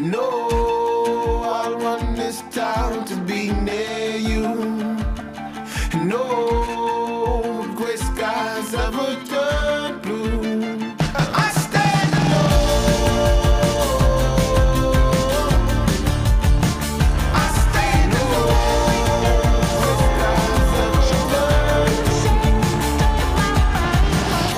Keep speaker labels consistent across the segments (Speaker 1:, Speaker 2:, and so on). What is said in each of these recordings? Speaker 1: No, I want this town to be near you. No gray skies ever turn blue. I stand alone. I stand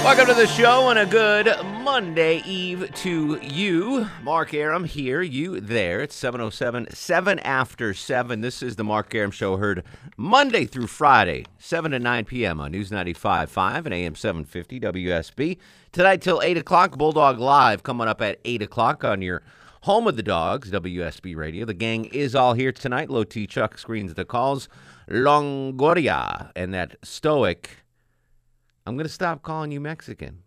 Speaker 2: Welcome to the show and a good Monday Eve to you. Mark Aram here, you there. It's 707, 7 after 7. This is the Mark Aram Show, heard Monday through Friday, 7 to 9 p.m. on News 95.5 and AM 750 WSB. Tonight till 8 o'clock, Bulldog Live coming up at 8 o'clock on your home of the dogs, WSB Radio. The gang is all here tonight. Low T Chuck screens the calls. Longoria and that stoic. I'm going to stop calling you Mexican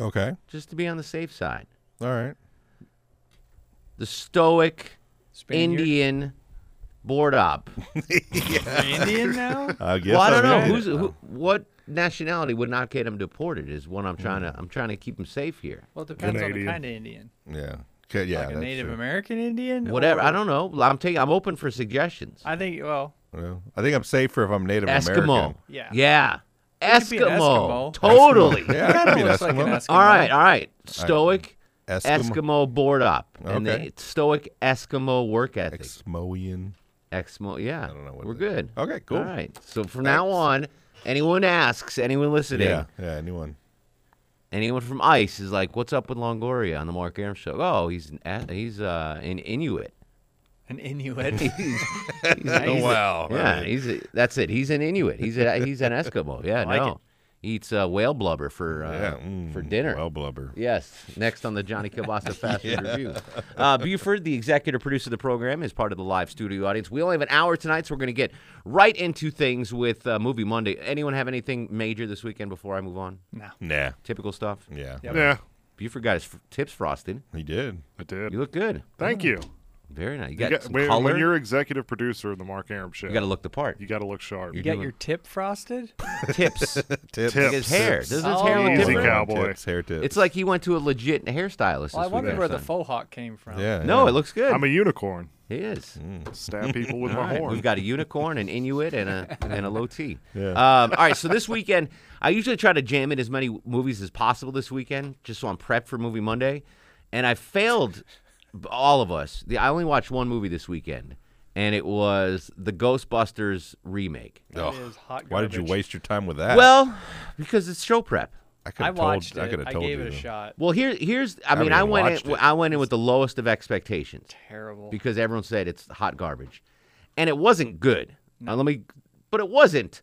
Speaker 3: Okay.
Speaker 2: just to be on the safe side.
Speaker 3: All right.
Speaker 2: The stoic
Speaker 4: Spaniard?
Speaker 2: Indian board op.
Speaker 4: Indian now?
Speaker 3: I guess
Speaker 2: well, I don't know
Speaker 3: I'm in.
Speaker 2: who's who, what nationality would not get him deported is what I'm trying to I'm trying to keep him safe here.
Speaker 4: Well, it depends on
Speaker 3: Canadian.
Speaker 4: the kind of Indian.
Speaker 3: Yeah. Okay, yeah.
Speaker 4: Like a
Speaker 3: that's
Speaker 4: Native
Speaker 3: true.
Speaker 4: American Indian?
Speaker 2: Whatever.
Speaker 4: or-
Speaker 2: I don't know. I'm taking I'm open for suggestions.
Speaker 4: I think, well,
Speaker 3: Well, I think I'm safer if I'm Native
Speaker 2: Eskimo.
Speaker 3: American.
Speaker 4: Yeah.
Speaker 2: Yeah.
Speaker 4: You could be an
Speaker 2: Eskimo.
Speaker 4: Eskimo.
Speaker 2: Totally.
Speaker 3: Yeah, I
Speaker 4: kind
Speaker 3: can
Speaker 4: of
Speaker 3: be
Speaker 4: looks like an
Speaker 3: Eskimo.
Speaker 4: Eskimo.
Speaker 2: All right, all right. Stoic
Speaker 3: Eskimo.
Speaker 2: Eskimo, board up. And
Speaker 3: Okay.
Speaker 2: the stoic Eskimo work ethic.
Speaker 3: Eskimoian.
Speaker 2: Eskimo, yeah. I
Speaker 3: don't know what
Speaker 2: We're
Speaker 3: that-
Speaker 2: good.
Speaker 3: Okay, cool.
Speaker 2: All right. So from now on, anyone asks, anyone listening,
Speaker 3: Yeah. Yeah. Anyone?
Speaker 2: anyone from ICE is like, "What's up with Longoria on the Mark Aram show?" Oh, he's an, a- he's uh, an Inuit.
Speaker 4: An Inuit. Oh,
Speaker 2: He's a-
Speaker 3: wow.
Speaker 2: yeah,
Speaker 3: Right.
Speaker 2: he's a, that's it. He's an Inuit. He's a, he's an Eskimo. Yeah,
Speaker 4: like
Speaker 2: no, he eats uh, whale blubber for uh,
Speaker 3: Yeah, mm,
Speaker 2: for dinner.
Speaker 3: Well, blubber.
Speaker 2: Yes. Next on the Johnny Kibasa Fast Food Review. Uh, Buford, the executive producer of the program, is part of the live studio audience. We only have an hour tonight, so we're going to get right into things with uh, Movie Monday. Anyone have anything major this weekend before I move on?
Speaker 4: no.
Speaker 3: Nah.
Speaker 2: Typical stuff.
Speaker 3: Yeah.
Speaker 4: Yep.
Speaker 5: Yeah,
Speaker 2: Buford got his f- tips frosted.
Speaker 3: He did.
Speaker 5: I did.
Speaker 2: You look good.
Speaker 5: Thank you.
Speaker 2: Very nice. You
Speaker 5: You
Speaker 2: got
Speaker 5: got-
Speaker 2: some
Speaker 5: when,
Speaker 2: color.
Speaker 5: when you're executive producer of the Mark Aram show,
Speaker 2: you got to look the part.
Speaker 5: you gotta look sharp.
Speaker 2: You
Speaker 4: You
Speaker 2: do
Speaker 4: got your tip frosted?
Speaker 2: Tips. Look
Speaker 3: Tips.
Speaker 2: at his hair. Doesn't his
Speaker 4: Oh.
Speaker 2: hair look
Speaker 5: Easy
Speaker 2: different?
Speaker 5: cow. cowboy.
Speaker 3: Tips, hair tips.
Speaker 2: It's like he went to a legit hairstylist.
Speaker 4: Well, I wondered
Speaker 2: this weekend,
Speaker 4: where the
Speaker 2: son.
Speaker 4: faux hawk came from.
Speaker 3: Yeah.
Speaker 2: No,
Speaker 3: yeah.
Speaker 2: it looks good.
Speaker 5: I'm a unicorn.
Speaker 2: he is.
Speaker 4: Mm.
Speaker 5: Stab people with
Speaker 2: All
Speaker 5: my
Speaker 2: right,
Speaker 5: horn.
Speaker 2: We've got a unicorn, an Inuit, and a and a low T.
Speaker 3: Yeah.
Speaker 2: Um, all right. So this weekend, I usually try to jam in as many movies as possible this weekend, just so I'm prepped for Movie Monday. And I failed b- all of us. The, I only watched one movie this weekend, and it was the Ghostbusters remake.
Speaker 3: Ugh.
Speaker 4: It is hot
Speaker 3: Why did you
Speaker 4: garbage.
Speaker 3: waste your time with that?
Speaker 2: Well, because it's show prep.
Speaker 3: I could
Speaker 4: I
Speaker 3: have
Speaker 4: watched
Speaker 3: told, I
Speaker 4: it.
Speaker 3: could
Speaker 4: I,
Speaker 3: have told
Speaker 4: gave
Speaker 3: you.
Speaker 4: it a shot.
Speaker 2: Well, here here's. I, mean,
Speaker 3: haven't
Speaker 2: I
Speaker 3: even
Speaker 2: went
Speaker 3: watched
Speaker 2: in,
Speaker 3: it.
Speaker 2: I went in with the lowest of expectations.
Speaker 4: Terrible.
Speaker 2: because everyone said it's hot garbage, and it wasn't good. Now, let me, but it wasn't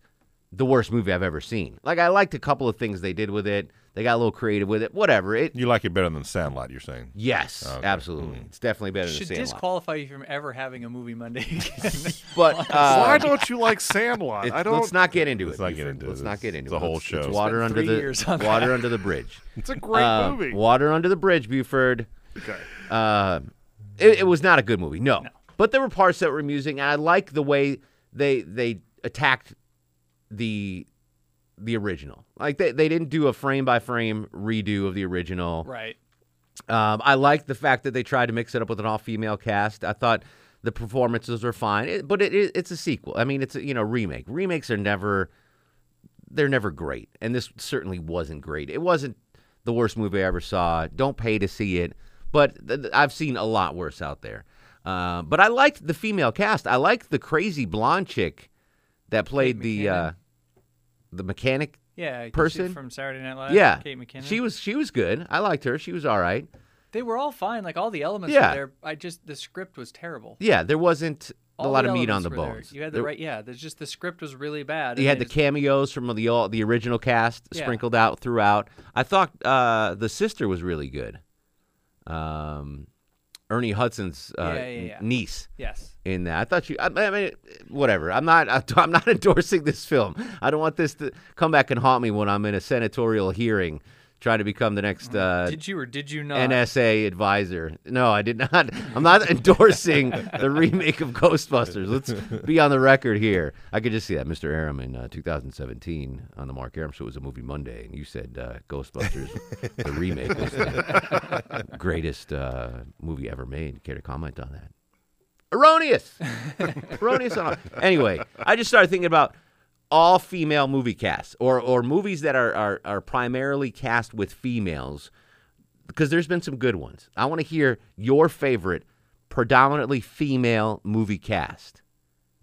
Speaker 2: the worst movie I've ever seen. Like I liked a couple of things they did with it. They got a little creative with it. Whatever. It.
Speaker 3: You like it better than Sandlot, you're saying?
Speaker 2: Yes,
Speaker 3: Okay. Hmm.
Speaker 2: absolutely. It's definitely better
Speaker 4: Should
Speaker 2: than Sandlot.
Speaker 4: disqualify you from ever having a movie Monday again.
Speaker 2: But
Speaker 5: Why
Speaker 2: uh,
Speaker 5: don't you like Sandlot?
Speaker 2: it's-
Speaker 5: I don't.
Speaker 2: let's not get into
Speaker 3: Let's
Speaker 2: it.
Speaker 3: not get
Speaker 2: Buford.
Speaker 3: into
Speaker 2: let's
Speaker 3: this.
Speaker 2: not get into
Speaker 3: It's a
Speaker 2: it.
Speaker 3: whole
Speaker 2: Let's-
Speaker 3: show.
Speaker 2: It's
Speaker 3: It's
Speaker 2: water
Speaker 4: been
Speaker 2: under
Speaker 4: three
Speaker 2: the
Speaker 4: years on
Speaker 2: water under the bridge.
Speaker 5: It's a great
Speaker 2: Uh,
Speaker 5: movie.
Speaker 2: Water under the bridge, Buford.
Speaker 5: Okay.
Speaker 2: Uh, it, it was not a good movie, no. But there were parts that were amusing, and I like the way they they attacked the the original. Like they, they didn't do a frame by frame redo of the original.
Speaker 4: right.
Speaker 2: Um, I liked the fact that they tried to mix it up with an all female cast. I thought the performances were fine, it, but it, it, it's a sequel. I mean, it's a, you know remake. Remakes are never they're never great, and this certainly wasn't great. It wasn't the worst movie I ever saw. Don't pay to see it, but th- th- I've seen a lot worse out there. Uh, but I liked the female cast. I liked the crazy blonde chick that played the
Speaker 4: McKinnon?
Speaker 2: uh, the mechanic
Speaker 4: Yeah. she's
Speaker 2: Person?
Speaker 4: From Saturday Night Live.
Speaker 2: yeah,
Speaker 4: Kate McKinnon.
Speaker 2: she was she was good. I liked her. She was all right.
Speaker 4: They were all fine. Like all the elements
Speaker 2: Yeah.
Speaker 4: were there. I just, the script was terrible.
Speaker 2: Yeah, there wasn't a
Speaker 4: All
Speaker 2: lot
Speaker 4: the
Speaker 2: of meat
Speaker 4: elements
Speaker 2: on the
Speaker 4: were there.
Speaker 2: bones.
Speaker 4: You had the
Speaker 2: There-
Speaker 4: right, yeah. There's just the script was really bad.
Speaker 2: you
Speaker 4: and
Speaker 2: had
Speaker 4: they
Speaker 2: the
Speaker 4: just-
Speaker 2: cameos from the all, the original cast
Speaker 4: Yeah.
Speaker 2: sprinkled out throughout. I thought uh, the sister was really good. Um, Ernie Hudson's uh,
Speaker 4: Yeah, yeah, yeah.
Speaker 2: niece
Speaker 4: Yes.
Speaker 2: in that. I thought you. I, I mean, whatever. I'm not. I'm not endorsing this film. I don't want this to come back and haunt me when I'm in a senatorial hearing, trying to become the next uh,
Speaker 4: Did you or did you not?
Speaker 2: NSA advisor. No, I did not. I'm not endorsing the remake of Ghostbusters. Let's be on the record here. I could just see that Mr. Aram in uh, 2017 on the Mark Aram show was a movie Monday, and you said uh, Ghostbusters, the remake, was the greatest uh, movie ever made. Care to comment on that? Erroneous. Erroneous. On all. Anyway, I just started thinking about all female movie casts or, or movies that are, are, are primarily cast with females because there's been some good ones. I want to hear your favorite predominantly female movie cast.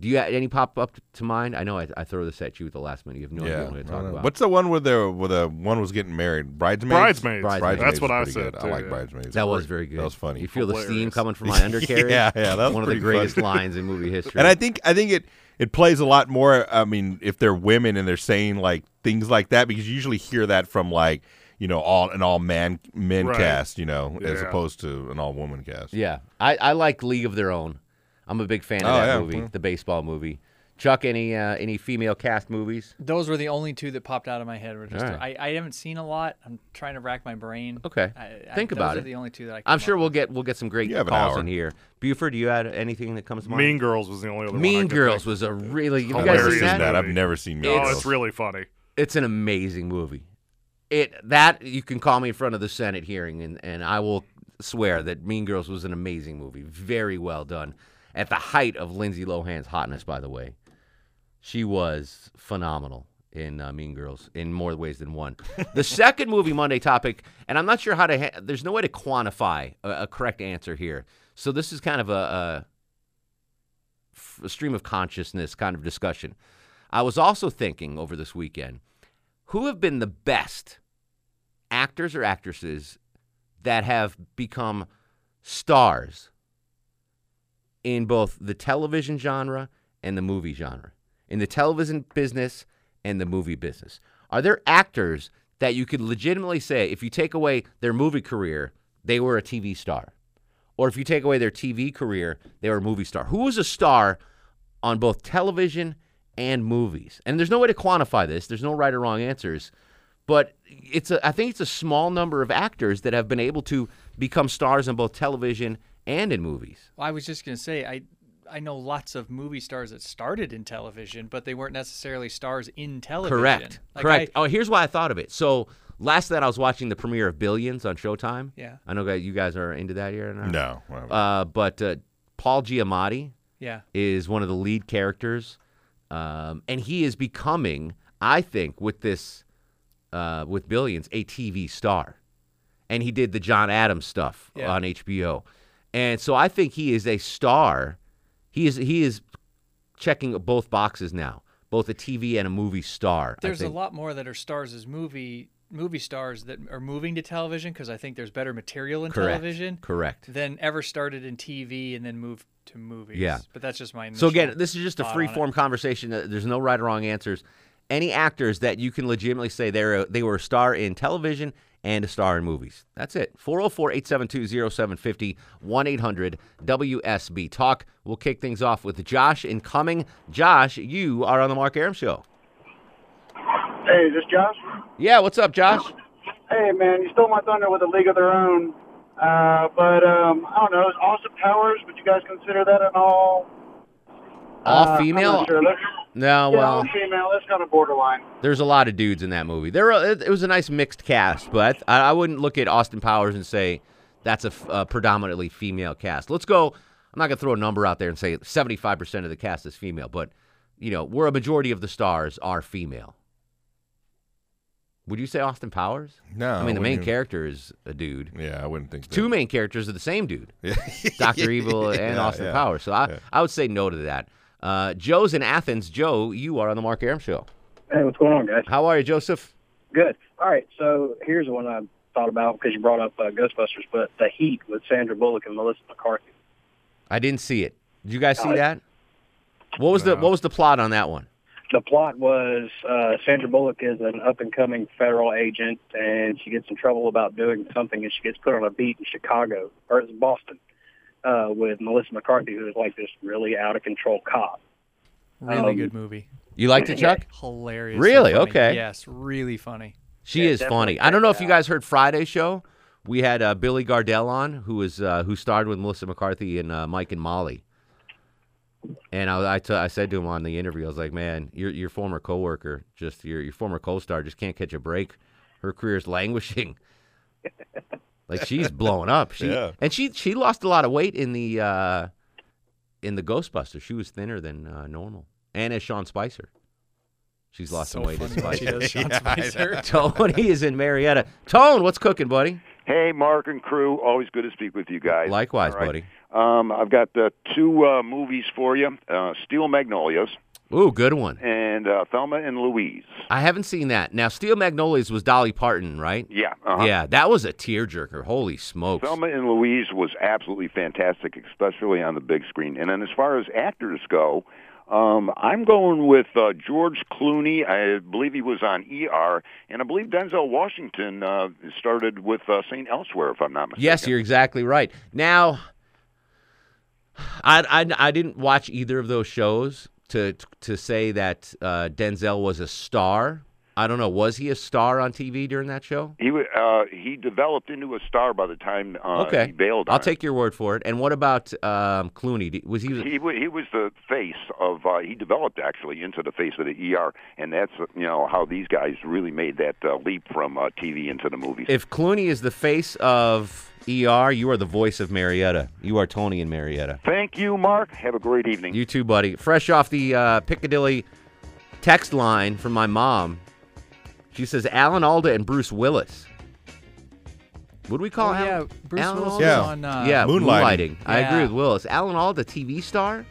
Speaker 2: Do you have any pop up to mind? I know I, I throw this at you at the last minute. You have no idea
Speaker 3: yeah.
Speaker 2: what I'm going to
Speaker 3: I
Speaker 2: talk
Speaker 3: don't know.
Speaker 2: about.
Speaker 3: What's the one where the where the one was getting married? Bridesmaids.
Speaker 5: Bridesmaids.
Speaker 2: Bridesmaids.
Speaker 5: That's
Speaker 3: is
Speaker 5: what I
Speaker 3: pretty
Speaker 5: said.
Speaker 3: good.
Speaker 5: too,
Speaker 3: I like
Speaker 5: yeah.
Speaker 3: bridesmaids.
Speaker 2: that was very good.
Speaker 3: That was funny.
Speaker 2: You feel the steam
Speaker 5: Hilarious.
Speaker 2: coming from my undercarriage?
Speaker 3: Yeah, yeah, that was
Speaker 2: one of the
Speaker 3: pretty
Speaker 2: greatest
Speaker 3: funny.
Speaker 2: lines in movie history.
Speaker 3: And I think I think it it plays a lot more. I mean, if they're women and they're saying like things like that, because you usually hear that from like you know all an all man men
Speaker 5: Right.
Speaker 3: cast, you know, as
Speaker 5: Yeah.
Speaker 3: opposed to an all woman cast.
Speaker 2: yeah, I, I like League of Their Own. I'm a big fan of
Speaker 3: Oh,
Speaker 2: that
Speaker 3: yeah.
Speaker 2: movie,
Speaker 3: Mm.
Speaker 2: the baseball movie. Chuck, any uh, any female cast movies?
Speaker 4: Those were the only two that popped out of my head. Were just
Speaker 2: Alright.
Speaker 4: I, I haven't seen a lot. I'm trying to rack my brain.
Speaker 2: Okay.
Speaker 4: I, I,
Speaker 2: Think
Speaker 4: those
Speaker 2: about
Speaker 4: are
Speaker 2: it.
Speaker 4: The only two that I.
Speaker 2: I'm
Speaker 4: came
Speaker 2: sure
Speaker 4: up
Speaker 2: we'll get we'll get some great
Speaker 3: You have an
Speaker 2: calls
Speaker 3: hour.
Speaker 2: in here. Buford, do you add anything that comes to mind?
Speaker 5: Mean Girls was the only other one. I
Speaker 2: Mean
Speaker 5: could
Speaker 2: Girls
Speaker 5: think.
Speaker 2: was a really you guys
Speaker 5: Hilarious
Speaker 2: seen
Speaker 5: movie.
Speaker 2: that?
Speaker 3: that I've never seen. Mean
Speaker 5: Oh,
Speaker 3: Girls.
Speaker 5: it's really funny.
Speaker 2: It's an amazing movie. It that you can call me in front of the Senate hearing and, and I will swear that Mean Girls was an amazing movie. Very well done. At the height of Lindsay Lohan's hotness, by the way. She was phenomenal in uh, Mean Girls in more ways than one. the second movie Monday topic, and I'm not sure how to. Ha- there's no way to quantify a, a correct answer here. So this is kind of a, a, f- a stream of consciousness kind of discussion. I was also thinking over this weekend, who have been the best actors or actresses that have become stars in both the television genre and the movie genre, in the television business and the movie business? Are there actors that you could legitimately say, if you take away their movie career, they were a TV star? Or if you take away their TV career, they were a movie star? Who was a star on both television and movies? And there's no way to quantify this, there's no right or wrong answers. But it's a, I think it's a small number of actors that have been able to become stars on both television and in movies.
Speaker 4: Well, I was just gonna say I I know lots of movie stars that started in television, but they weren't necessarily stars in television.
Speaker 2: Correct.
Speaker 4: Like,
Speaker 2: Correct.
Speaker 4: I-
Speaker 2: oh, here's why I thought of it. So last night I was watching the premiere of Billions on Showtime.
Speaker 4: Yeah.
Speaker 2: I know that you guys are into that here. and
Speaker 3: no. well,
Speaker 2: Uh, but uh, Paul Giamatti
Speaker 4: yeah.
Speaker 2: is one of the lead characters, um, and he is becoming, I think, with this, uh, with Billions, a TV star, and he did the John Adams stuff
Speaker 4: Yeah.
Speaker 2: on HBO, and so I think he is a star. He is he is checking both boxes now, both a TV and a movie star. I
Speaker 4: There's a
Speaker 2: think.
Speaker 4: lot more that are stars as movie movie stars that are moving to television because I think there's better material in
Speaker 2: Correct.
Speaker 4: television
Speaker 2: Correct.
Speaker 4: than ever started in TV and then moved to movies.
Speaker 2: Yeah.
Speaker 4: But that's just my.
Speaker 2: So again,
Speaker 4: initial
Speaker 2: this is just a
Speaker 4: thought
Speaker 2: free
Speaker 4: on it.
Speaker 2: form conversation. Uh, There's no right or wrong answers. Any actors that you can legitimately say they're a, they were a star in television and a star in movies. That's it. 404-872-0750 1-800-WSB Talk. We'll kick things off with Josh in Cumming. Josh, you are on the Mark Aram show.
Speaker 6: Hey, is this Josh?
Speaker 2: Yeah, what's up, Josh?
Speaker 6: Hey, man, you stole my thunder with a league of their own. Uh, but um, I don't know. Is Austin Powers? Would you guys consider that an all?
Speaker 2: All
Speaker 6: uh, I'm
Speaker 2: female?
Speaker 6: not sure. That's-
Speaker 2: No,
Speaker 6: yeah,
Speaker 2: well,
Speaker 6: all female. That's kind of borderline.
Speaker 2: there's a lot of dudes in that movie. There, were- it it was a nice mixed cast, but I, I wouldn't look at Austin Powers and say that's a f- a predominantly female cast. Let's go. I'm not gonna throw a number out there and say 75% of the cast is female, but you know, where a majority of the stars are female. Would you say Austin Powers?
Speaker 3: no.
Speaker 2: I mean, the
Speaker 3: wouldn't
Speaker 2: main
Speaker 3: you-
Speaker 2: character is a dude.
Speaker 3: Yeah, I wouldn't think
Speaker 2: Two
Speaker 3: that.
Speaker 2: main characters are the same dude.
Speaker 3: Yeah.
Speaker 2: Dr. Evil and
Speaker 3: Yeah,
Speaker 2: Austin
Speaker 3: yeah.
Speaker 2: Powers. So I,
Speaker 3: yeah.
Speaker 2: I would say no to that. Uh, Joe's in Athens. Joe, you are on the Mark Aram Show.
Speaker 6: Hey, what's going on, guys?
Speaker 2: How are you, Joseph?
Speaker 6: Good. All right. So here's one I thought about because you brought up uh, Ghostbusters, but The Heat with Sandra Bullock and Melissa McCarthy.
Speaker 2: I didn't see it. Did you guys see
Speaker 6: Uh,
Speaker 2: that? What was the
Speaker 5: No.
Speaker 2: what was the plot on that one?
Speaker 6: the plot was uh, Sandra Bullock is an up and coming federal agent, and she gets in trouble about doing something, and she gets put on a beat in Chicago or it's Boston,
Speaker 7: uh, with Melissa McCarthy, who is like this really out of control cop.
Speaker 4: Really
Speaker 7: Um,
Speaker 4: good movie.
Speaker 2: You liked it, Chuck?
Speaker 4: Hilarious.
Speaker 2: Really? Okay.
Speaker 4: Yes, really funny.
Speaker 2: She
Speaker 7: Yeah,
Speaker 2: is funny.
Speaker 7: definitely
Speaker 2: I don't know if you
Speaker 7: check it
Speaker 2: guys heard Friday's show. We had uh, Billy Gardell on, who was uh, who starred with Melissa McCarthy and uh, Mike and Molly. And I, I, t- I said to him on the interview, I was like, "Man, your your former coworker, just your your former co-star, just can't catch a break. Her career's languishing. like she's blowing up. She
Speaker 3: Yeah.
Speaker 2: and she she lost a lot of weight in the uh, in the Ghostbusters. She was thinner than uh, normal, and as Sean Spicer, she's lost
Speaker 4: so
Speaker 2: some weight. as
Speaker 4: funny when she
Speaker 2: Spicer.
Speaker 4: does Sean
Speaker 3: Yeah, I know.
Speaker 4: Spicer.
Speaker 2: Tony is in Marietta. Tone, what's cooking, buddy?
Speaker 8: Hey, Mark and crew, always good to speak with you guys.
Speaker 2: Likewise,
Speaker 8: All right.
Speaker 2: buddy.
Speaker 8: Um, I've got uh, two uh, movies for you: uh, Steel Magnolias
Speaker 2: Ooh, good one.
Speaker 8: and uh, Thelma and Louise.
Speaker 2: I haven't seen that. Now, Steel Magnolias was Dolly Parton, right?
Speaker 8: Yeah, uh
Speaker 2: Yeah, that was a tearjerker. Holy smokes.
Speaker 8: Thelma and Louise was absolutely fantastic, especially on the big screen. And then as far as actors go, um, I'm going with uh, George Clooney. I believe he was on ER, and I believe Denzel Washington uh, started with uh, St. Elsewhere, if I'm not mistaken.
Speaker 2: Yes, you're exactly right. Now, I, I, I didn't watch either of those shows to to say that uh, Denzel was a star. I don't know. Was he a star on TV during that show?
Speaker 8: He wa- uh, he developed into a star by the time uh,
Speaker 2: okay,
Speaker 8: he bailed.
Speaker 2: I'll
Speaker 8: on it.
Speaker 2: take your word for it. And what about um, Clooney? Did- Was he?
Speaker 8: He wa he was the face of uh, he developed actually into the face of the ER, and that's uh, you know how these guys really made that uh, leap from uh, TV into the movies.
Speaker 2: If Clooney is the face of ER, you are the voice of Marietta. You are Tony and Marietta.
Speaker 8: Thank you, Mark. Have a great evening.
Speaker 2: You too, buddy. Fresh off the uh, Piccadilly text line from my mom, she says Alan Alda and Bruce Willis. Would we call
Speaker 4: Oh, yeah,
Speaker 2: Alan?
Speaker 4: Bruce
Speaker 2: Alan
Speaker 4: Willis
Speaker 2: Alda?
Speaker 3: Yeah.
Speaker 4: was on. Uh,
Speaker 2: yeah, moonlighting.
Speaker 3: Moonlighting.
Speaker 2: I agree
Speaker 4: Yeah.
Speaker 2: with Willis. Alan Alda, TV star?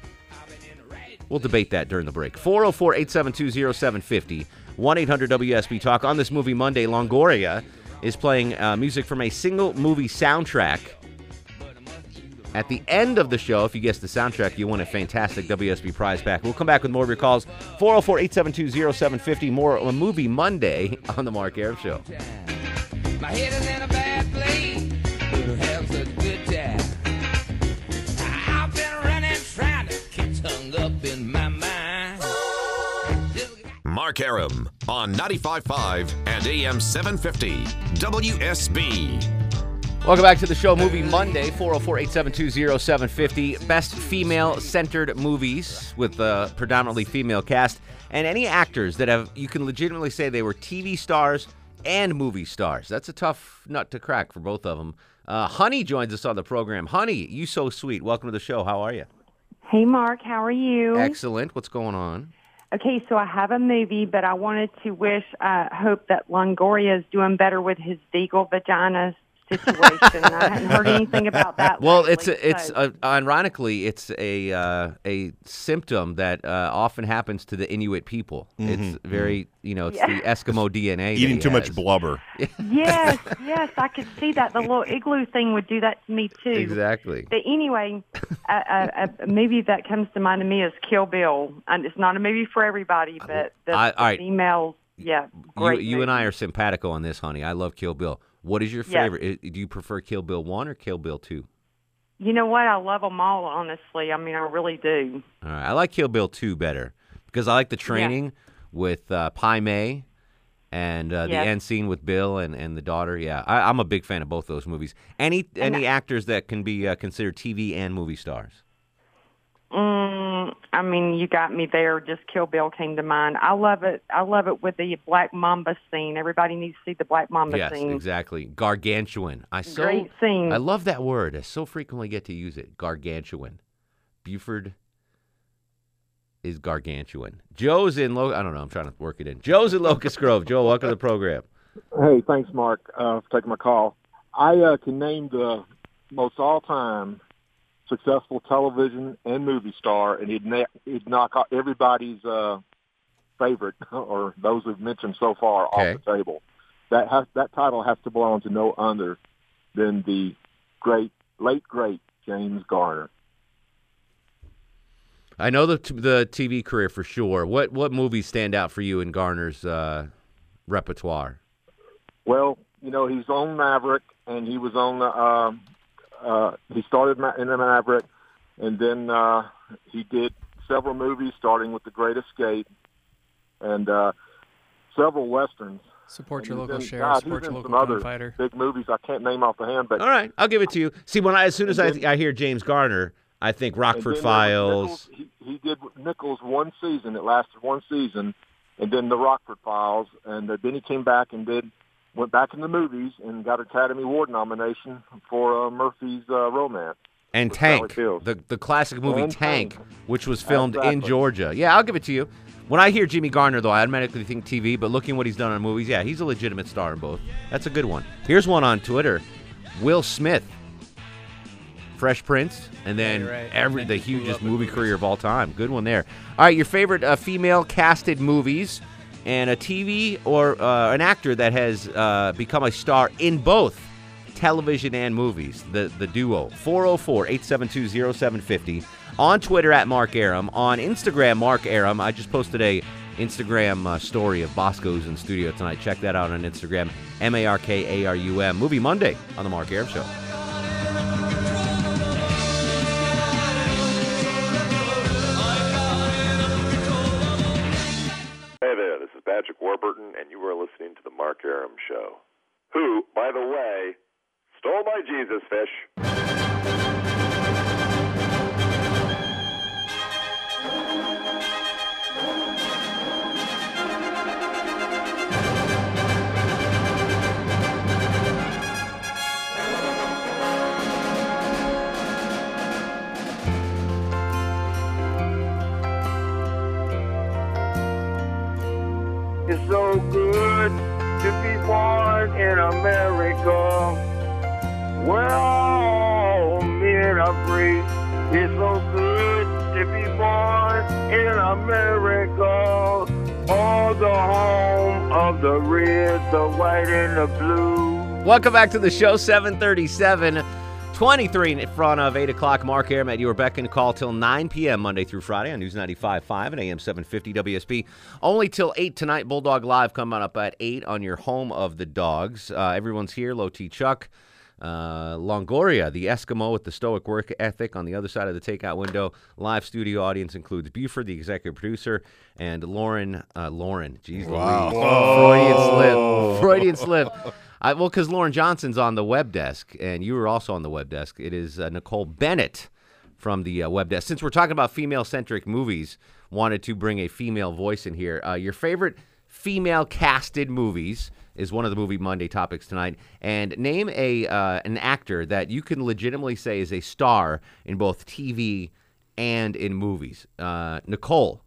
Speaker 2: We'll debate that during the break. 404 872 0750 1 800 WSB Talk. On this movie Monday, Longoria is playing uh, music from a single movie soundtrack. At the end of the show, if you guess the soundtrack, you win a fantastic WSB prize pack. We'll come back with more of your calls. 404 872 0750. More on Movie Monday on The Mark Arab Show.
Speaker 9: My head is in a bad place, but I have such a good time. I've been running, trying to get hung up in my mind.
Speaker 10: Mark Aram on 95.5 and AM 750 WSB.
Speaker 2: Welcome back to the show, Movie Monday, 404 872 0750. Best female centered movies with a predominantly female cast, and any actors that have, you can legitimately say they were TV stars and movie stars. That's a tough nut to crack for both of them. Uh, Honey joins us on the program. Honey, you so sweet. Welcome to the show. How are you?
Speaker 11: Hey, Mark, how are you?
Speaker 2: Excellent. What's going on?
Speaker 11: Okay, so I have a movie, but I wanted to wish, uh, hope that Longoria is doing better with his deagle vagina situation. I hadn't heard anything about that.
Speaker 2: Well,
Speaker 11: lately,
Speaker 2: it's a, it's
Speaker 11: so-
Speaker 2: a, ironically it's a uh, a symptom that uh, often happens to the Inuit people. It's very you know it's the Eskimo DNA. that
Speaker 3: Mm-hmm. Eating
Speaker 2: he
Speaker 3: too much
Speaker 2: has.
Speaker 3: blubber.
Speaker 11: yes, yes, I could see that. The little igloo thing would do that to me too.
Speaker 2: Exactly.
Speaker 11: But anyway, a, a, a movie that comes to mind to me is Kill Bill, and it's not a movie for everybody, but the,
Speaker 2: I-
Speaker 11: the
Speaker 2: all right.
Speaker 11: females, yeah,
Speaker 2: You,
Speaker 11: great.
Speaker 2: you and I are simpatico on this, honey. I love Kill Bill. What is your
Speaker 11: Yes.
Speaker 2: favorite? I- Do you prefer Kill Bill one or Kill Bill two?
Speaker 11: You know what? I love them all, honestly. I mean, I really do.
Speaker 2: All right, I like Kill Bill two better because I like the training with uh, Pai Mei and uh,
Speaker 11: Yes.
Speaker 2: the end scene with Bill and, and the daughter. Yeah, I, I'm a big fan of both those movies. Any any actors that can be uh, considered TV and movie stars?
Speaker 11: Mm, I mean, you got me there. Just Kill Bill came to mind. I love it. I love it with the Black Mamba scene. Everybody needs to see the Black Mamba
Speaker 2: Yes,
Speaker 11: scene.
Speaker 2: exactly. Gargantuan. I so
Speaker 11: Great scene.
Speaker 2: I love that word. I so frequently get to use it. Gargantuan. Buford is gargantuan. Joe's in. Lo- I don't know. I'm trying to work it in. Joe's in Locust Grove. Joe, welcome to the program.
Speaker 12: Hey, thanks, Mark, uh, for taking my call. I uh, can name the most all-time successful television and movie star, and he'd, na- he'd knock out everybody's uh, favorite or those we've mentioned so far
Speaker 2: Okay.
Speaker 12: off the table. That has, that title has to belong to no other than the great, late great James Garner.
Speaker 2: I know the t- the TV career for sure. What what movies stand out for you in Garner's uh, repertoire?
Speaker 12: Well, you know, he's on Maverick, and he was on the, um, uh, he started Ma- in the Maverick, and then uh, he did several movies, starting with The Great Escape, and uh, several westerns.
Speaker 4: Support
Speaker 12: And
Speaker 4: your
Speaker 12: he's
Speaker 4: local
Speaker 12: in-
Speaker 4: sheriff,
Speaker 12: God, he's
Speaker 4: support
Speaker 12: in
Speaker 4: your local
Speaker 12: some other
Speaker 4: gunfighter.
Speaker 12: Big movies I can't name off the hand, but
Speaker 2: All right, I'll give it to you. See, when I as soon as I I hear James Garner, I think
Speaker 12: And then
Speaker 2: Rockford
Speaker 12: there was Nichols.
Speaker 2: Files.
Speaker 12: He, he did Nichols one season. It lasted one season, and then the Rockford Files, and uh, then he came back and did went back in the movies and got an Academy Award nomination for uh, Murphy's uh, Romance.
Speaker 2: and
Speaker 12: with Sally
Speaker 2: Tank,
Speaker 12: Fields.
Speaker 2: the the classic movie
Speaker 12: And
Speaker 2: Tank, which was filmed in
Speaker 12: Exactly.
Speaker 2: Georgia. Yeah, I'll give it to you. When I hear Jimmy Garner, though, I automatically think TV. But looking what he's done on movies, yeah, he's a legitimate star in both. That's a good one. Here's one on Twitter: Will Smith, Fresh Prince, and then
Speaker 4: Yeah, you're right.
Speaker 2: every
Speaker 4: And
Speaker 2: the
Speaker 4: then he blew
Speaker 2: hugest
Speaker 4: up in
Speaker 2: movie career of all time. Good one there. All right, your favorite uh, female casted movies and a TV or uh, an actor that has uh, become a star in both television and movies. The the duo 404-872-0750 on Twitter at Mark Aram on Instagram Mark Aram. I just posted a Instagram uh, story of Bosco's in studio tonight. Check that out on Instagram M A R K A R U M. Movie Monday on the Mark Aram Show.
Speaker 13: Hey there, this is Patrick Warburton, and you are listening to The Mark Aram Show. Who, by the way, stole my Jesus fish.
Speaker 14: It's so good to be born in America. Where all men are free. It's so good to be born in America. All the home of the red, the white, and the blue.
Speaker 2: Welcome back to the show, 737, 23 in front of 8 o'clock. Mark Aram at your beck and call till 9 p.m. Monday through Friday on News 95.5 and AM 750 WSB. Only till 8 tonight. Bulldog Live coming up at 8 on your home of the dogs. Uh, everyone's here. Low T Chuck. Uh, Longoria, the Eskimo with the stoic work ethic on the other side of the takeout window. Live studio audience includes Buford, the executive producer, and Lauren. Uh, Lauren, jeez,
Speaker 3: Wow.
Speaker 2: Louise.
Speaker 3: Whoa.
Speaker 2: Freudian slip. Freudian slip. I, well, because Lauren Johnson's on the web desk, and you were also on the web desk. It is uh, Nicole Bennett from the uh, web desk. Since we're talking about female-centric movies, wanted to bring a female voice in here. Uh, your favorite female-casted movies is one of the movie Monday topics tonight, and name a uh, an actor that you can legitimately say is a star in both TV and in movies. Uh, Nicole,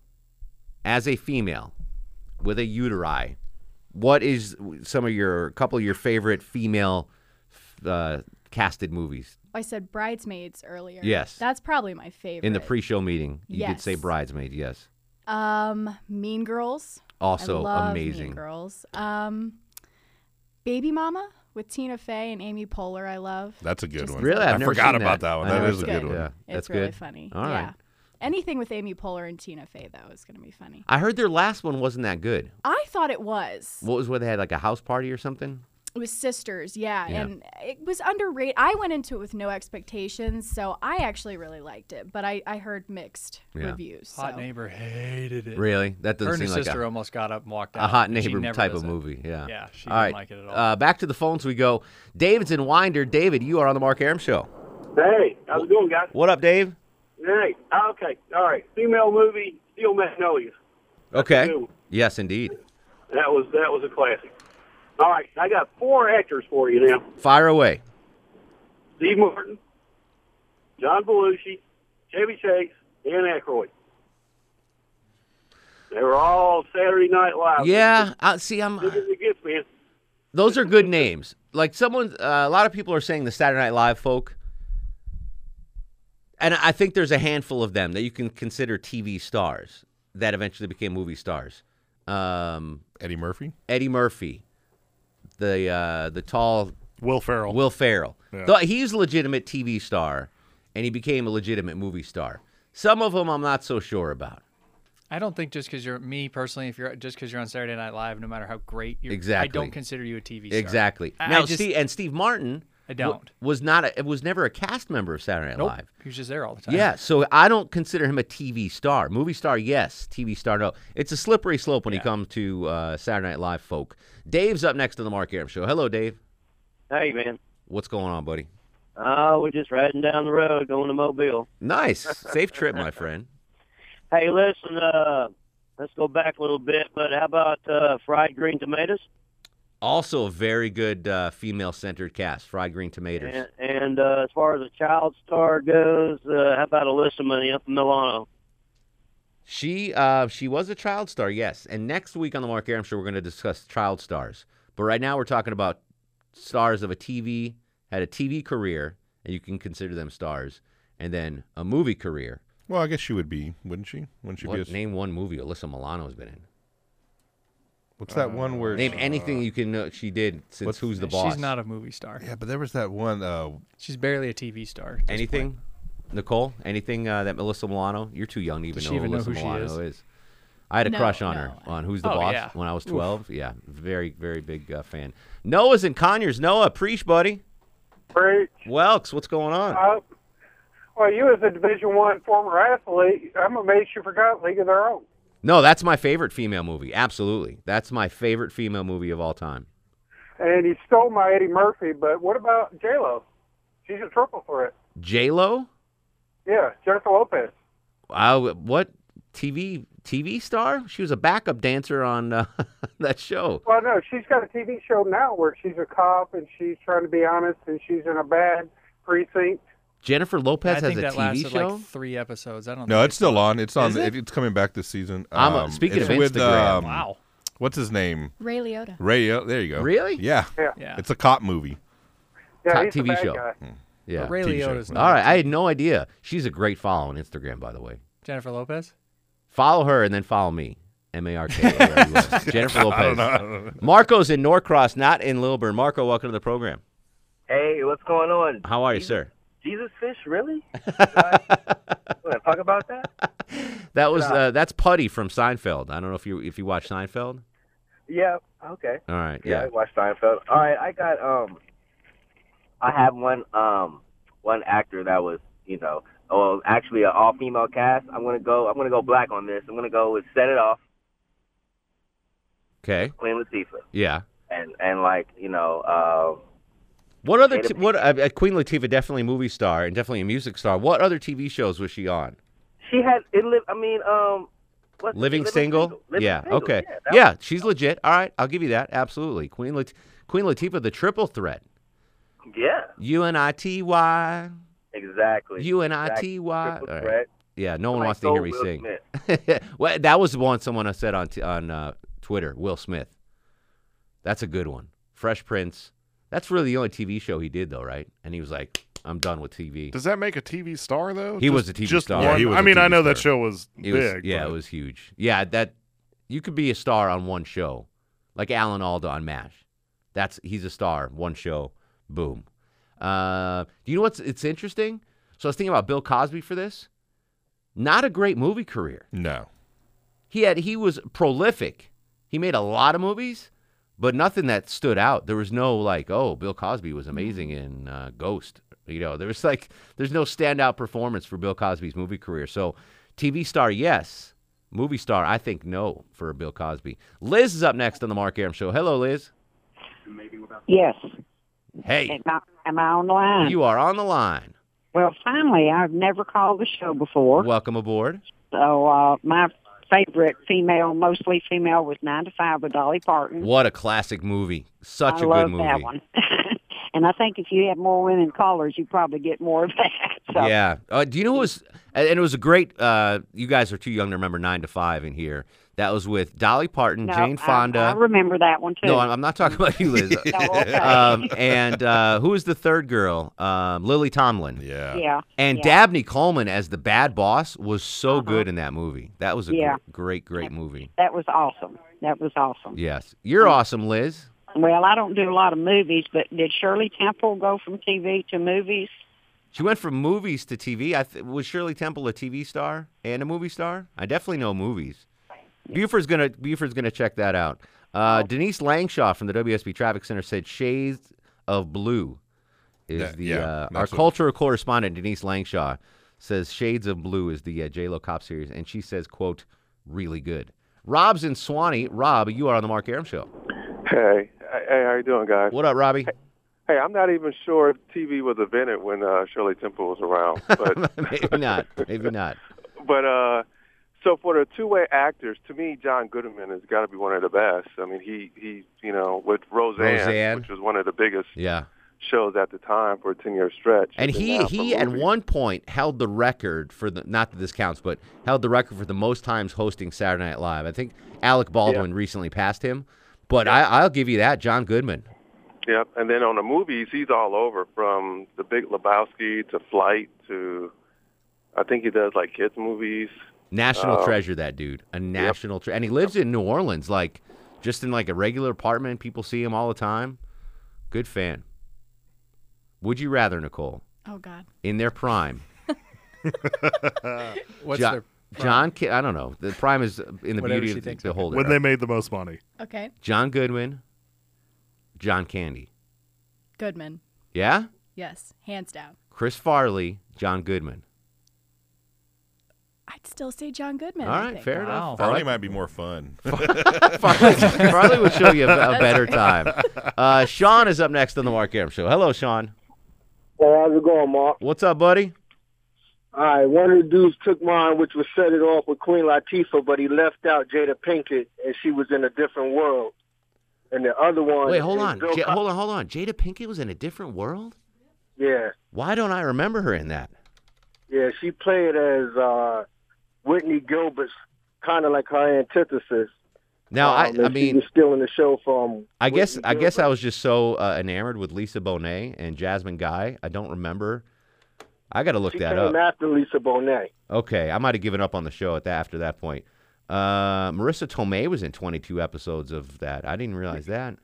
Speaker 2: as a female with a uteri, what is some of your couple of your favorite female uh, casted movies?
Speaker 15: I said bridesmaids earlier.
Speaker 2: Yes.
Speaker 15: That's probably my favorite.
Speaker 2: In the pre-show meeting, you did say
Speaker 15: Yes.
Speaker 2: bridesmaid. Yes,
Speaker 15: um Mean Girls.
Speaker 2: Also
Speaker 15: I love
Speaker 2: amazing.
Speaker 15: Mean Girls. Um Baby Mama with Tina Fey and Amy Poehler I love.
Speaker 3: That's a good
Speaker 15: Just-
Speaker 3: one. Really? I've I never forgot seen about that. that one.
Speaker 2: I
Speaker 3: That
Speaker 2: never
Speaker 3: is a
Speaker 2: seen
Speaker 3: good
Speaker 2: it.
Speaker 3: one.
Speaker 2: Yeah,
Speaker 15: It's
Speaker 2: that's
Speaker 15: really
Speaker 2: good.
Speaker 15: funny.
Speaker 2: All right.
Speaker 15: Yeah. Anything with Amy Poehler and Tina Fey though is going to be funny.
Speaker 2: I heard their last one wasn't that good.
Speaker 15: I thought it was.
Speaker 2: What was where they had like a house party or something?
Speaker 15: It was sisters, yeah,
Speaker 2: Yeah.
Speaker 15: and it was underrated. I went into it with no expectations, so I actually really liked it. But I, I heard mixed
Speaker 2: Yeah.
Speaker 15: reviews.
Speaker 4: Hot
Speaker 15: so.
Speaker 4: neighbor hated it.
Speaker 2: Really? That doesn't
Speaker 4: Her and
Speaker 2: seem
Speaker 4: her
Speaker 2: like
Speaker 4: sister
Speaker 2: a-
Speaker 4: almost got up and walked out.
Speaker 2: A hot
Speaker 4: and she
Speaker 2: neighbor
Speaker 4: never
Speaker 2: type
Speaker 4: does
Speaker 2: of
Speaker 4: it.
Speaker 2: movie. Yeah.
Speaker 4: Yeah. She
Speaker 2: All
Speaker 4: didn't
Speaker 2: right,
Speaker 4: like it at all.
Speaker 2: Uh, back to the phones we go. David's in Winder. David, you are on the Mark Aram Show.
Speaker 6: Hey, how's it going, guys?
Speaker 2: What up, Dave?
Speaker 6: Hey, okay, all right. Female movie, Steel Magnolias.
Speaker 2: Okay.
Speaker 6: Two.
Speaker 2: Yes, indeed.
Speaker 6: That was that was a classic. All right, I got four actors for you now:
Speaker 2: Fire away.
Speaker 6: Steve Martin, John Belushi, Chevy Chase, Dan Aykroyd. They were all Saturday Night Live.
Speaker 2: Yeah. I, see, I'm.
Speaker 6: Big as it gets, man.
Speaker 2: Those are good names. Like someone, uh, a lot of people are saying the Saturday Night Live folk, and I think there's a handful of them that you can consider TV stars that eventually became movie stars. Um,
Speaker 3: Eddie Murphy.
Speaker 2: Eddie Murphy, the uh, the tall
Speaker 5: Will Ferrell.
Speaker 2: Will Ferrell.
Speaker 5: Yeah.
Speaker 2: Though He's a legitimate TV star, and he became a legitimate movie star. Some of them I'm not so sure about.
Speaker 4: I don't think just because you're me personally, if you're just because you're on Saturday Night Live, no matter how great you're, I
Speaker 2: Exactly.
Speaker 4: don't consider you a TV star.
Speaker 2: Exactly.
Speaker 4: I,
Speaker 2: now,
Speaker 4: I just,
Speaker 2: Steve, and Steve Martin
Speaker 4: I don't.
Speaker 2: was not a, was never a cast member of Saturday Night
Speaker 4: Nope.
Speaker 2: Live.
Speaker 4: He was just there all the time.
Speaker 2: Yeah, so I don't consider him a TV star. Movie star, yes. TV star, no. It's a slippery slope when you come to uh, Saturday Night Live folk. Dave's up next on the Mark Aram Show. Hello, Dave.
Speaker 16: Hey, man.
Speaker 2: What's going on, buddy?
Speaker 16: Uh, we're just riding down the road going to Mobile.
Speaker 2: Nice. Safe trip, my friend.
Speaker 16: Hey, listen, uh, let's go back a little bit, but how about uh, fried green tomatoes?
Speaker 2: Also, a very good uh, female centered cast, Fried Green Tomatoes.
Speaker 16: And, and uh, as far as a child star goes, uh, how about Alyssa Milano? up in Milano?
Speaker 2: She uh, she was a child star, yes. And next week on the Mark Aram Show, we're going to discuss child stars. But right now, we're talking about stars of a TV had a TV career, and you can consider them stars, and then a movie career.
Speaker 3: Well, I guess she would be, wouldn't she? Wouldn't she
Speaker 2: What-
Speaker 3: be? A, s-
Speaker 2: name one movie Alyssa Milano's been in.
Speaker 3: what's that one where
Speaker 2: Uh, Name
Speaker 3: she-
Speaker 2: anything you can know she did since
Speaker 3: Uh, what's-
Speaker 2: Who's the
Speaker 3: She's
Speaker 2: Boss?
Speaker 4: not a movie star.
Speaker 3: Yeah, but there was that one. Uh,
Speaker 4: She's barely a TV star. at this
Speaker 2: anything,
Speaker 4: point.
Speaker 2: Nicole? Anything uh, that Melissa Milano? You're too young to even
Speaker 4: Does
Speaker 2: know
Speaker 4: she
Speaker 2: who
Speaker 4: even know
Speaker 2: Melissa
Speaker 4: who she
Speaker 2: Milano
Speaker 4: is?
Speaker 2: is. I had a
Speaker 4: No,
Speaker 2: crush on
Speaker 4: no.
Speaker 2: her on Who's the
Speaker 4: Oh,
Speaker 2: Boss
Speaker 4: yeah.
Speaker 2: when I was
Speaker 4: Oof.
Speaker 2: 12. Yeah, very, very big uh, fan. Noah's in Conyers. Noah, preach, buddy.
Speaker 6: Preach.
Speaker 2: Welks, what's going on?
Speaker 6: Uh, well, you as a Division One former athlete, I'm amazed you forgot League of Their Own.
Speaker 2: No, that's my favorite female movie. Absolutely, that's my favorite female movie of all time.
Speaker 6: And you stole my Eddie Murphy, but what about J Lo? She's a triple threat.
Speaker 2: J Lo.
Speaker 6: Yeah, Jennifer Lopez.
Speaker 2: Uh, what TV TV star? She was a backup dancer on uh, that show.
Speaker 6: Well, no, she's got a TV show now where she's a cop and she's trying to be honest and she's in a bad precinct.
Speaker 2: Jennifer Lopez
Speaker 4: I
Speaker 2: has
Speaker 4: think
Speaker 2: a
Speaker 4: that
Speaker 2: TV
Speaker 4: lasted
Speaker 2: show.
Speaker 4: like three episodes. I don't.
Speaker 3: No,
Speaker 4: think
Speaker 3: it's still on. It's on.
Speaker 4: Is
Speaker 3: the-
Speaker 4: it?
Speaker 3: It's coming back this season.
Speaker 2: I'm a-
Speaker 3: Um,
Speaker 2: speaking
Speaker 3: it's
Speaker 2: of
Speaker 3: with,
Speaker 2: Instagram.
Speaker 3: um,
Speaker 2: Wow.
Speaker 3: What's his name?
Speaker 15: Ray Liotta.
Speaker 3: Ray. uh, There you go.
Speaker 2: Really?
Speaker 3: Yeah.
Speaker 6: Yeah.
Speaker 3: It's a cop movie.
Speaker 6: Yeah,
Speaker 2: Top
Speaker 6: he's the
Speaker 2: TV
Speaker 6: bad
Speaker 2: show.
Speaker 6: guy.
Speaker 2: Yeah,
Speaker 4: But Ray
Speaker 2: TV show.
Speaker 4: Liotta's not
Speaker 2: All
Speaker 4: a
Speaker 2: right, I had no idea. She's a great follow on Instagram, by the way.
Speaker 4: Jennifer Lopez.
Speaker 2: Follow her and then follow me. M A R K O R U S. Jennifer
Speaker 3: I don't
Speaker 2: Lopez.
Speaker 3: know, I don't know.
Speaker 2: Marco's in Norcross, not in Lilburn. Marco, welcome to the program.
Speaker 16: Hey, what's going on?
Speaker 2: How are you, sir?
Speaker 16: Jesus fish, really? Want to talk about that?
Speaker 2: That was
Speaker 16: Yeah.
Speaker 2: uh, that's Putty from Seinfeld. I don't know if you if you watch Seinfeld.
Speaker 16: Yeah. Okay.
Speaker 2: All right,
Speaker 16: Yeah,
Speaker 2: yeah.
Speaker 16: I watched Seinfeld. All right, I got um, I have one um, one actor that was you know, oh, actually an all female cast. I'm gonna go. I'm gonna go black on this. I'm gonna go with Set It Off,
Speaker 2: Okay.
Speaker 16: Queen Latifah,
Speaker 2: Yeah.
Speaker 16: and and like you know, um,
Speaker 2: What other
Speaker 16: Jada
Speaker 2: t- what uh, uh, Queen Latifah definitely a movie star and definitely a music star. What other TV shows was she on?
Speaker 16: she had it. Li- I mean, um, what's
Speaker 2: Living
Speaker 16: Living
Speaker 2: single?
Speaker 16: Living
Speaker 2: yeah.
Speaker 16: Single,
Speaker 2: Okay.
Speaker 16: yeah,
Speaker 2: Yeah, she's legit. All right, I'll give you that. Absolutely. Queen Lat- Queen Latifah, the triple threat.
Speaker 16: yeah,
Speaker 2: U N I T Y.
Speaker 16: exactly.
Speaker 2: U N I
Speaker 16: Exactly.
Speaker 2: T Y.
Speaker 16: Triple
Speaker 2: All right.
Speaker 16: threat.
Speaker 2: Yeah, no one
Speaker 16: Somebody
Speaker 2: wants to hear
Speaker 16: stole Will
Speaker 2: me sing. well, that was the one someone said on t- on uh, Twitter. Will Smith. That's a good one. Fresh Prince. That's really the only TV show he did, though, right? And he was like, "I'm done with TV."
Speaker 5: Does that make a TV star though?
Speaker 2: He
Speaker 5: Just-
Speaker 2: was a TV
Speaker 5: just
Speaker 2: star.
Speaker 5: one- I mean,
Speaker 2: I
Speaker 5: I know that show was
Speaker 2: it
Speaker 5: big.
Speaker 2: yeah,
Speaker 5: but-
Speaker 2: it was huge. Yeah, that you could be a star on one show, like Alan Alda on Mash. That's he's a star, one show, boom. Uh, do you know what's it's interesting? So I was thinking about Bill Cosby for this. Not a great movie career.
Speaker 3: No.
Speaker 2: He had he was prolific. He made a lot of movies, but nothing that stood out. There was no like, oh, Bill Cosby was amazing in uh, Ghost. You know, there was like there's no standout performance for Bill Cosby's movie career. So, TV star, yes. Movie star, I think no for Bill Cosby. Liz is up next on the Mark Aram Show. Hello, Liz.
Speaker 17: Yes.
Speaker 2: Hey,
Speaker 17: Am I, am I on the line?
Speaker 2: you are on the line.
Speaker 17: Well, finally, I've never called the show before.
Speaker 2: Welcome aboard.
Speaker 17: So uh, my favorite female, mostly female, was 9 to 5 with Dolly Parton.
Speaker 2: What a classic movie. Such
Speaker 17: I
Speaker 2: a
Speaker 17: love
Speaker 2: good movie.
Speaker 17: that one. and I think if you have more women callers, you probably get more of that. So,
Speaker 2: Yeah. Uh, do you know who was? And and it was a great. Uh, you guys are too young to remember Nine to Five in here. That was with Dolly Parton,
Speaker 17: no,
Speaker 2: Jane
Speaker 17: I-
Speaker 2: Fonda.
Speaker 17: I, remember that one, too.
Speaker 2: no, uh, I'm, I'm not talking about you, Liz. um, and uh, who was the third girl? Um, Lily Tomlin.
Speaker 3: Yeah.
Speaker 17: Yeah,
Speaker 2: And
Speaker 17: yeah. Uh-huh.
Speaker 2: Dabney Coleman as the bad boss was so good in that movie. That was a
Speaker 17: Yeah.
Speaker 2: great, great, great movie.
Speaker 17: that was awesome. That was awesome.
Speaker 2: Yes, you're awesome, Liz.
Speaker 17: Well, I don't do a lot of movies, but did Shirley Temple go from TV to movies?
Speaker 2: She went from movies to TV. I th- was Shirley Temple a TV star and a movie star? I definitely know movies. Buford's gonna Buford's gonna check that out. Uh, Denise Langshaw from the WSB Traffic Center said "Shades of Blue" is
Speaker 3: Yeah,
Speaker 2: the
Speaker 3: yeah,
Speaker 2: uh, our
Speaker 3: that's what-
Speaker 2: cultural correspondent Denise Langshaw says Shades of Blue is the uh, J Lo cop series, and she says, "quote really good." Rob's in Swanee. Rob, you are on the Mark Aram show.
Speaker 18: Hey, hey, how you doing, guys?
Speaker 2: What up, Robbie?
Speaker 18: Hey, I'm not even sure if TV was invented when uh, Shirley Temple was around, but
Speaker 2: maybe not. Maybe not.
Speaker 18: but uh, so for the two-way actors, to me, John Goodman has got to be one of the best. I mean, he he, you know, with Roseanne,
Speaker 2: Roseanne.
Speaker 18: which was one of the biggest
Speaker 2: Yeah.
Speaker 18: shows at the time for a ten-year stretch,
Speaker 2: And
Speaker 18: then
Speaker 2: he
Speaker 18: now for
Speaker 2: he at one point held the record for the not that this counts, but held the record for the most times hosting Saturday Night Live. I think Alec Baldwin recently passed him, but I, I'll give you that John Goodman.
Speaker 18: Yep. And then on the movies, he's all over from The Big Lebowski to Flight to, I think he does like kids movies.
Speaker 2: National
Speaker 18: Um,
Speaker 2: treasure, that dude. A national treasure. And he lives in New Orleans, like just in like a regular apartment. People see him all the time. Good fan. Would you rather, Nicole,
Speaker 15: Oh God.
Speaker 2: in their prime?
Speaker 5: What's
Speaker 2: Jo-
Speaker 5: their prime?
Speaker 2: John, Ki- I don't know. The prime is in the
Speaker 5: Whatever
Speaker 2: beauty
Speaker 5: she
Speaker 2: of the
Speaker 5: thinks.
Speaker 2: beholder.
Speaker 5: When they made the most money.
Speaker 15: Okay.
Speaker 2: John Goodwin, John Candy.
Speaker 15: Goodman.
Speaker 2: Yeah?
Speaker 15: Yes, hands down.
Speaker 2: Chris Farley, John Goodman.
Speaker 15: I'd still say John Goodman.
Speaker 2: All
Speaker 15: I
Speaker 2: right,
Speaker 15: think.
Speaker 2: fair enough.
Speaker 3: Farley might be more fun.
Speaker 2: Farley, Farley would show you a, a better time. Uh, Sean is up next on the Mark Aram Show. Hello, Sean.
Speaker 19: Hey, how's it going, Mark?
Speaker 2: What's up, buddy?
Speaker 19: All right, one of the dudes took mine, which was set it off with Queen Latifah, but he left out Jada Pinkett, and she was in a different world. And the other one.
Speaker 2: Wait, hold
Speaker 19: is
Speaker 2: on.
Speaker 19: Bill
Speaker 2: Ja-
Speaker 19: Co-
Speaker 2: hold on, hold on. Jada Pinkett was in a different world?
Speaker 19: Yeah,
Speaker 2: Why don't I remember her in that?
Speaker 19: yeah, she played as uh, Whitney Gilbert's kind of like her antithesis.
Speaker 2: Now,
Speaker 19: Um,
Speaker 2: I,
Speaker 19: and
Speaker 2: I
Speaker 19: she
Speaker 2: mean,
Speaker 19: was still in the show um, from.
Speaker 2: I guess I guess I was just so uh, enamored with Lisa Bonet and Jasmine Guy. I don't remember. I got to look
Speaker 19: She
Speaker 2: that
Speaker 19: came
Speaker 2: up.
Speaker 19: after Lisa Bonet.
Speaker 2: Okay, I might have given up on the show at that after that point. Uh, Marissa Tomei was in 22 episodes of that. I didn't realize that.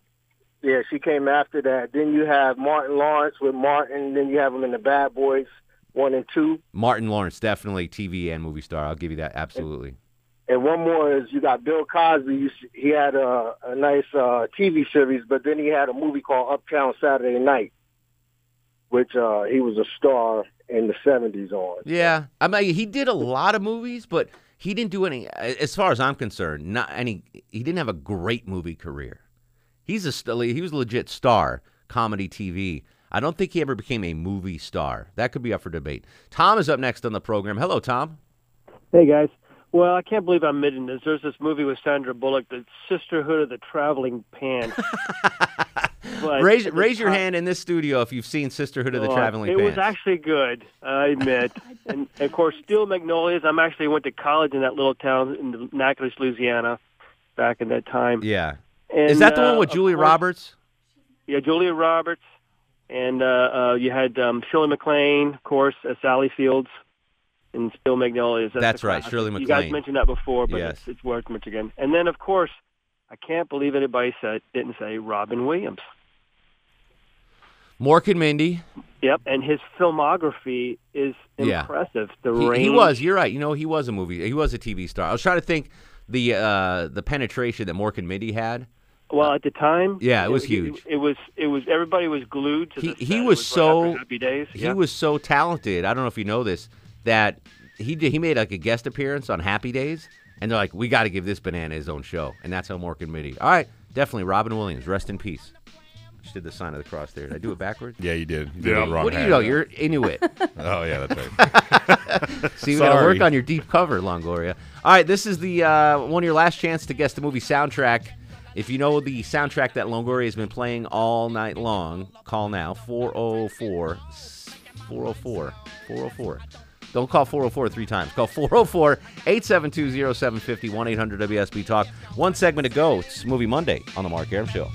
Speaker 19: Yeah, she came after that. Then you have Martin Lawrence with Martin. Then you have him in the Bad Boys one and two.
Speaker 2: Martin Lawrence, definitely TV and movie star. I'll give you that absolutely.
Speaker 19: And one more is you got Bill Cosby. You s- He had a, a nice uh, TV series, but then he had a movie called Uptown Saturday Night, which uh, he was a star in the 70s on.
Speaker 2: Yeah, I mean he did a lot of movies, but he didn't do any. As far as I'm concerned, not any. He didn't have a great movie career. He's a st- he was a legit star comedy TV. I don't think he ever became a movie star. That could be up for debate. Tom is up next on the program. Hello, Tom.
Speaker 20: Hey guys. Well, I can't believe I'm admitting this. There's this movie with Sandra Bullock, The Sisterhood of the Traveling Pants. But
Speaker 2: raise
Speaker 20: at the
Speaker 2: raise your
Speaker 20: time-
Speaker 2: hand in this studio if you've seen Sisterhood of the
Speaker 20: Oh,
Speaker 2: Traveling
Speaker 20: It
Speaker 2: Pants.
Speaker 20: was actually good, I admit. and, and of course, Steel Magnolias. I'm actually went to college in that little town in Natchitoches, Louisiana, back in that time.
Speaker 2: yeah.
Speaker 20: And,
Speaker 2: is that the one
Speaker 20: uh,
Speaker 2: with
Speaker 20: of
Speaker 2: Julie
Speaker 20: course-
Speaker 2: Roberts?
Speaker 20: Yeah, Julia Roberts, and uh, uh, you had um, Shirley MacLaine, of course, uh, Sally Fields, and Steel Magnolias.
Speaker 2: That's
Speaker 20: the
Speaker 2: right,
Speaker 20: class.
Speaker 2: Shirley
Speaker 20: You
Speaker 2: MacLaine.
Speaker 20: guys mentioned that before, but
Speaker 2: Yes.
Speaker 20: it's, it's worth much again. And then, of course, I can't believe anybody said didn't say Robin Williams.
Speaker 2: Mork and Mindy.
Speaker 20: Yep, and his filmography is
Speaker 2: Yeah.
Speaker 20: impressive. The
Speaker 2: He,
Speaker 20: range.
Speaker 2: he was. You're right. You know, he was a movie. He was a TV star. I was trying to think the uh, the penetration that Mork and Mindy had.
Speaker 20: Well, at the time,
Speaker 2: Yeah, it was huge.
Speaker 20: It, was. It was. Everybody was glued to.
Speaker 2: He
Speaker 20: the set.
Speaker 2: he
Speaker 20: It
Speaker 2: was,
Speaker 20: right after
Speaker 2: so
Speaker 20: happy days.
Speaker 2: he
Speaker 20: yeah.
Speaker 2: was so talented. I don't know if you know this that he did, he made like a guest appearance on Happy Days, and they're like, we got to give this banana his own show, and that's how Mork and Mindy. All right, definitely Robin Williams. Rest in peace. Just did the sign of the cross there. Did I do it backwards?
Speaker 3: Yeah, you did. You did it wrong
Speaker 2: What do you
Speaker 3: hand.
Speaker 2: know? You're Inuit.
Speaker 3: oh yeah, that's right.
Speaker 2: See, we gotta work
Speaker 3: Sorry.
Speaker 2: on your deep cover, Longoria. All right, this is the uh, one of your last chance to guess the movie soundtrack. If you know the soundtrack that Longoria has been playing all night long, call now 404 404 404. Don't call 404 three times. Call 404 872 0750 1 800 WSB Talk. One segment to go. It's Movie Monday on The Mark Aram Show.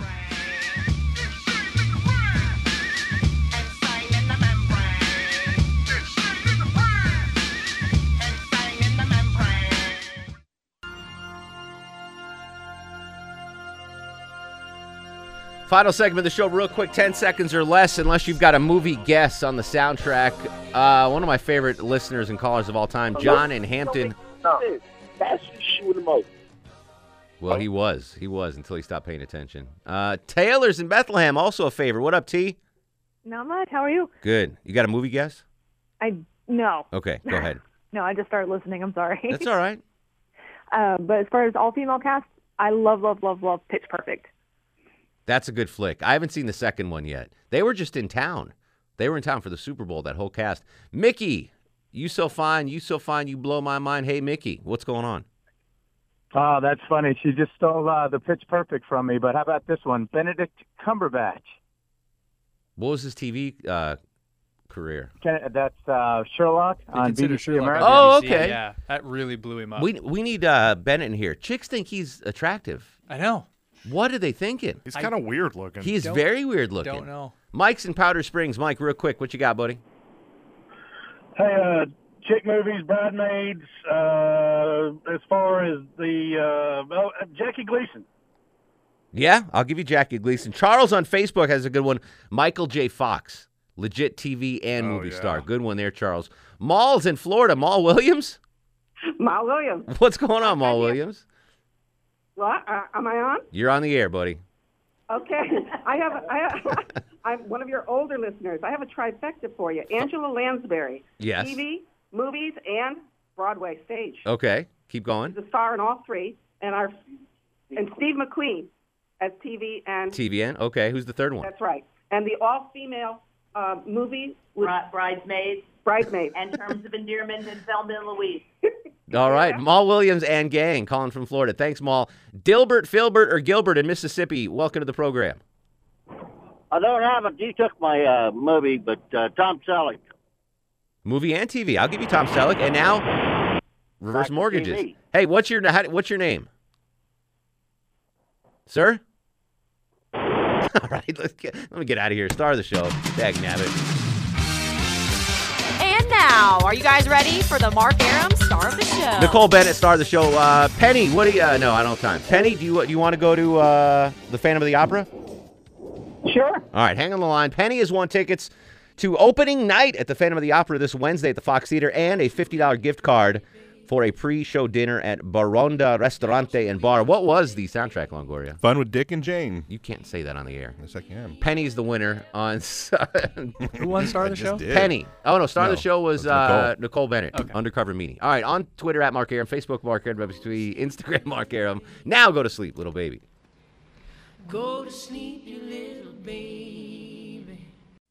Speaker 2: Final segment of the show, real quick, 10 seconds or less, unless you've got a movie guess on the soundtrack. Uh, one of my favorite listeners and callers of all time, John in Hampton.
Speaker 21: That's shooting him out.
Speaker 2: Well, he was. He was until he stopped paying attention. Uh, Taylor's in Bethlehem, also a favorite. What up, T?
Speaker 1: Not much. How are you?
Speaker 2: Good. You got a movie guess?
Speaker 1: I no.
Speaker 2: Okay, go ahead.
Speaker 1: No, I just started listening. I'm sorry.
Speaker 2: That's all right.
Speaker 1: Uh, but as far as all female cast, I love, love, love, love Pitch Perfect.
Speaker 2: That's a good flick. I haven't seen the second one yet. They were just in town. They were in town for the Super Bowl, that whole cast. Mickey, you so fine, you so fine, you blow my mind. Hey, Mickey, what's going on?
Speaker 22: Oh, that's funny. She just stole uh, the pitch perfect from me. But how about this one? Benedict Cumberbatch.
Speaker 2: What was his TV uh, career?
Speaker 22: Can- That's uh, Sherlock on
Speaker 4: consider
Speaker 22: BBC
Speaker 4: Sherlock
Speaker 22: America.
Speaker 2: Oh, okay.
Speaker 4: Yeah, that really blew him up.
Speaker 2: We, we need uh, Bennett in here. Chicks think he's attractive.
Speaker 4: I know.
Speaker 2: What are they thinking?
Speaker 4: He's kinda I- weird looking.
Speaker 2: He is
Speaker 4: Don't-
Speaker 2: very weird looking.
Speaker 4: don't know.
Speaker 2: Mike's in Powder Springs. Mike, real quick, what you got, buddy?
Speaker 23: Hey, uh, chick movies, bridesmaids. Uh, as far as the uh, oh, Jackie Gleason.
Speaker 2: Yeah, I'll give you Jackie Gleason. Charles on Facebook has a good one. Michael J. Fox, legit TV and movie star. Good one there, Charles. Mall's in Florida. Mall Williams?
Speaker 24: Ma Williams.
Speaker 2: What's going on, Mall Williams?
Speaker 24: What? Uh, am I on?
Speaker 2: You're on the air, buddy.
Speaker 24: Okay. I have, I have I'm one of your older listeners. I have a trifecta for you. Angela Lansbury.
Speaker 2: Yes. Oh.
Speaker 24: TV, movies, and Broadway stage.
Speaker 2: Okay, keep going.
Speaker 24: She's a star in all three. And our and Steve McQueen as TV and
Speaker 2: TVN. Okay, who's the third one?
Speaker 24: That's right. And the all-female uh, movie with Bridesmaids. Bridesmaids.
Speaker 25: And Terms of Endearment and Thelma and Louise.
Speaker 2: All right, Mall Williams and gang calling from Florida. Thanks, Mall. Dilbert, Filbert, or Gilbert in Mississippi. Welcome to the program.
Speaker 26: I don't have it. You took my uh, movie, but uh, Tom Selleck.
Speaker 2: Movie and TV. I'll give you Tom Selleck. And now, reverse mortgages.
Speaker 26: TV.
Speaker 2: Hey, what's your how, what's your name, sir? All right, let's get, let me get out of here. Star of the show. Dag nabbit.
Speaker 27: And now, are you guys ready for the Mark Aram star of the show?
Speaker 2: Nicole Bennett, star of the show. Uh, Penny, what do you? Uh, no, I don't have time. Penny, do you do you want to go to uh, the Phantom of the Opera?
Speaker 24: Sure.
Speaker 2: All right, hang on the line. Penny has won tickets to opening night at the Phantom of the Opera this Wednesday at the Fox Theater and a $50 gift card for a pre show dinner at Baronda Restaurante and Bar. What was the soundtrack, Longoria?
Speaker 3: Fun with Dick and Jane.
Speaker 2: You can't say that on the air. Yes,
Speaker 3: I can.
Speaker 2: Penny's the winner on. Who
Speaker 4: won Star of the Show? did.
Speaker 2: Penny. Oh, no, Star of
Speaker 4: No,
Speaker 2: the Show was
Speaker 4: that's Nicole.
Speaker 2: uh, Nicole Bennett, Undercover Meanie. All right, on Twitter at Mark Aram, Facebook Mark Aram, WebTV, Instagram Mark Aram. Now go to sleep, little baby.
Speaker 9: Go to sleep, you little baby.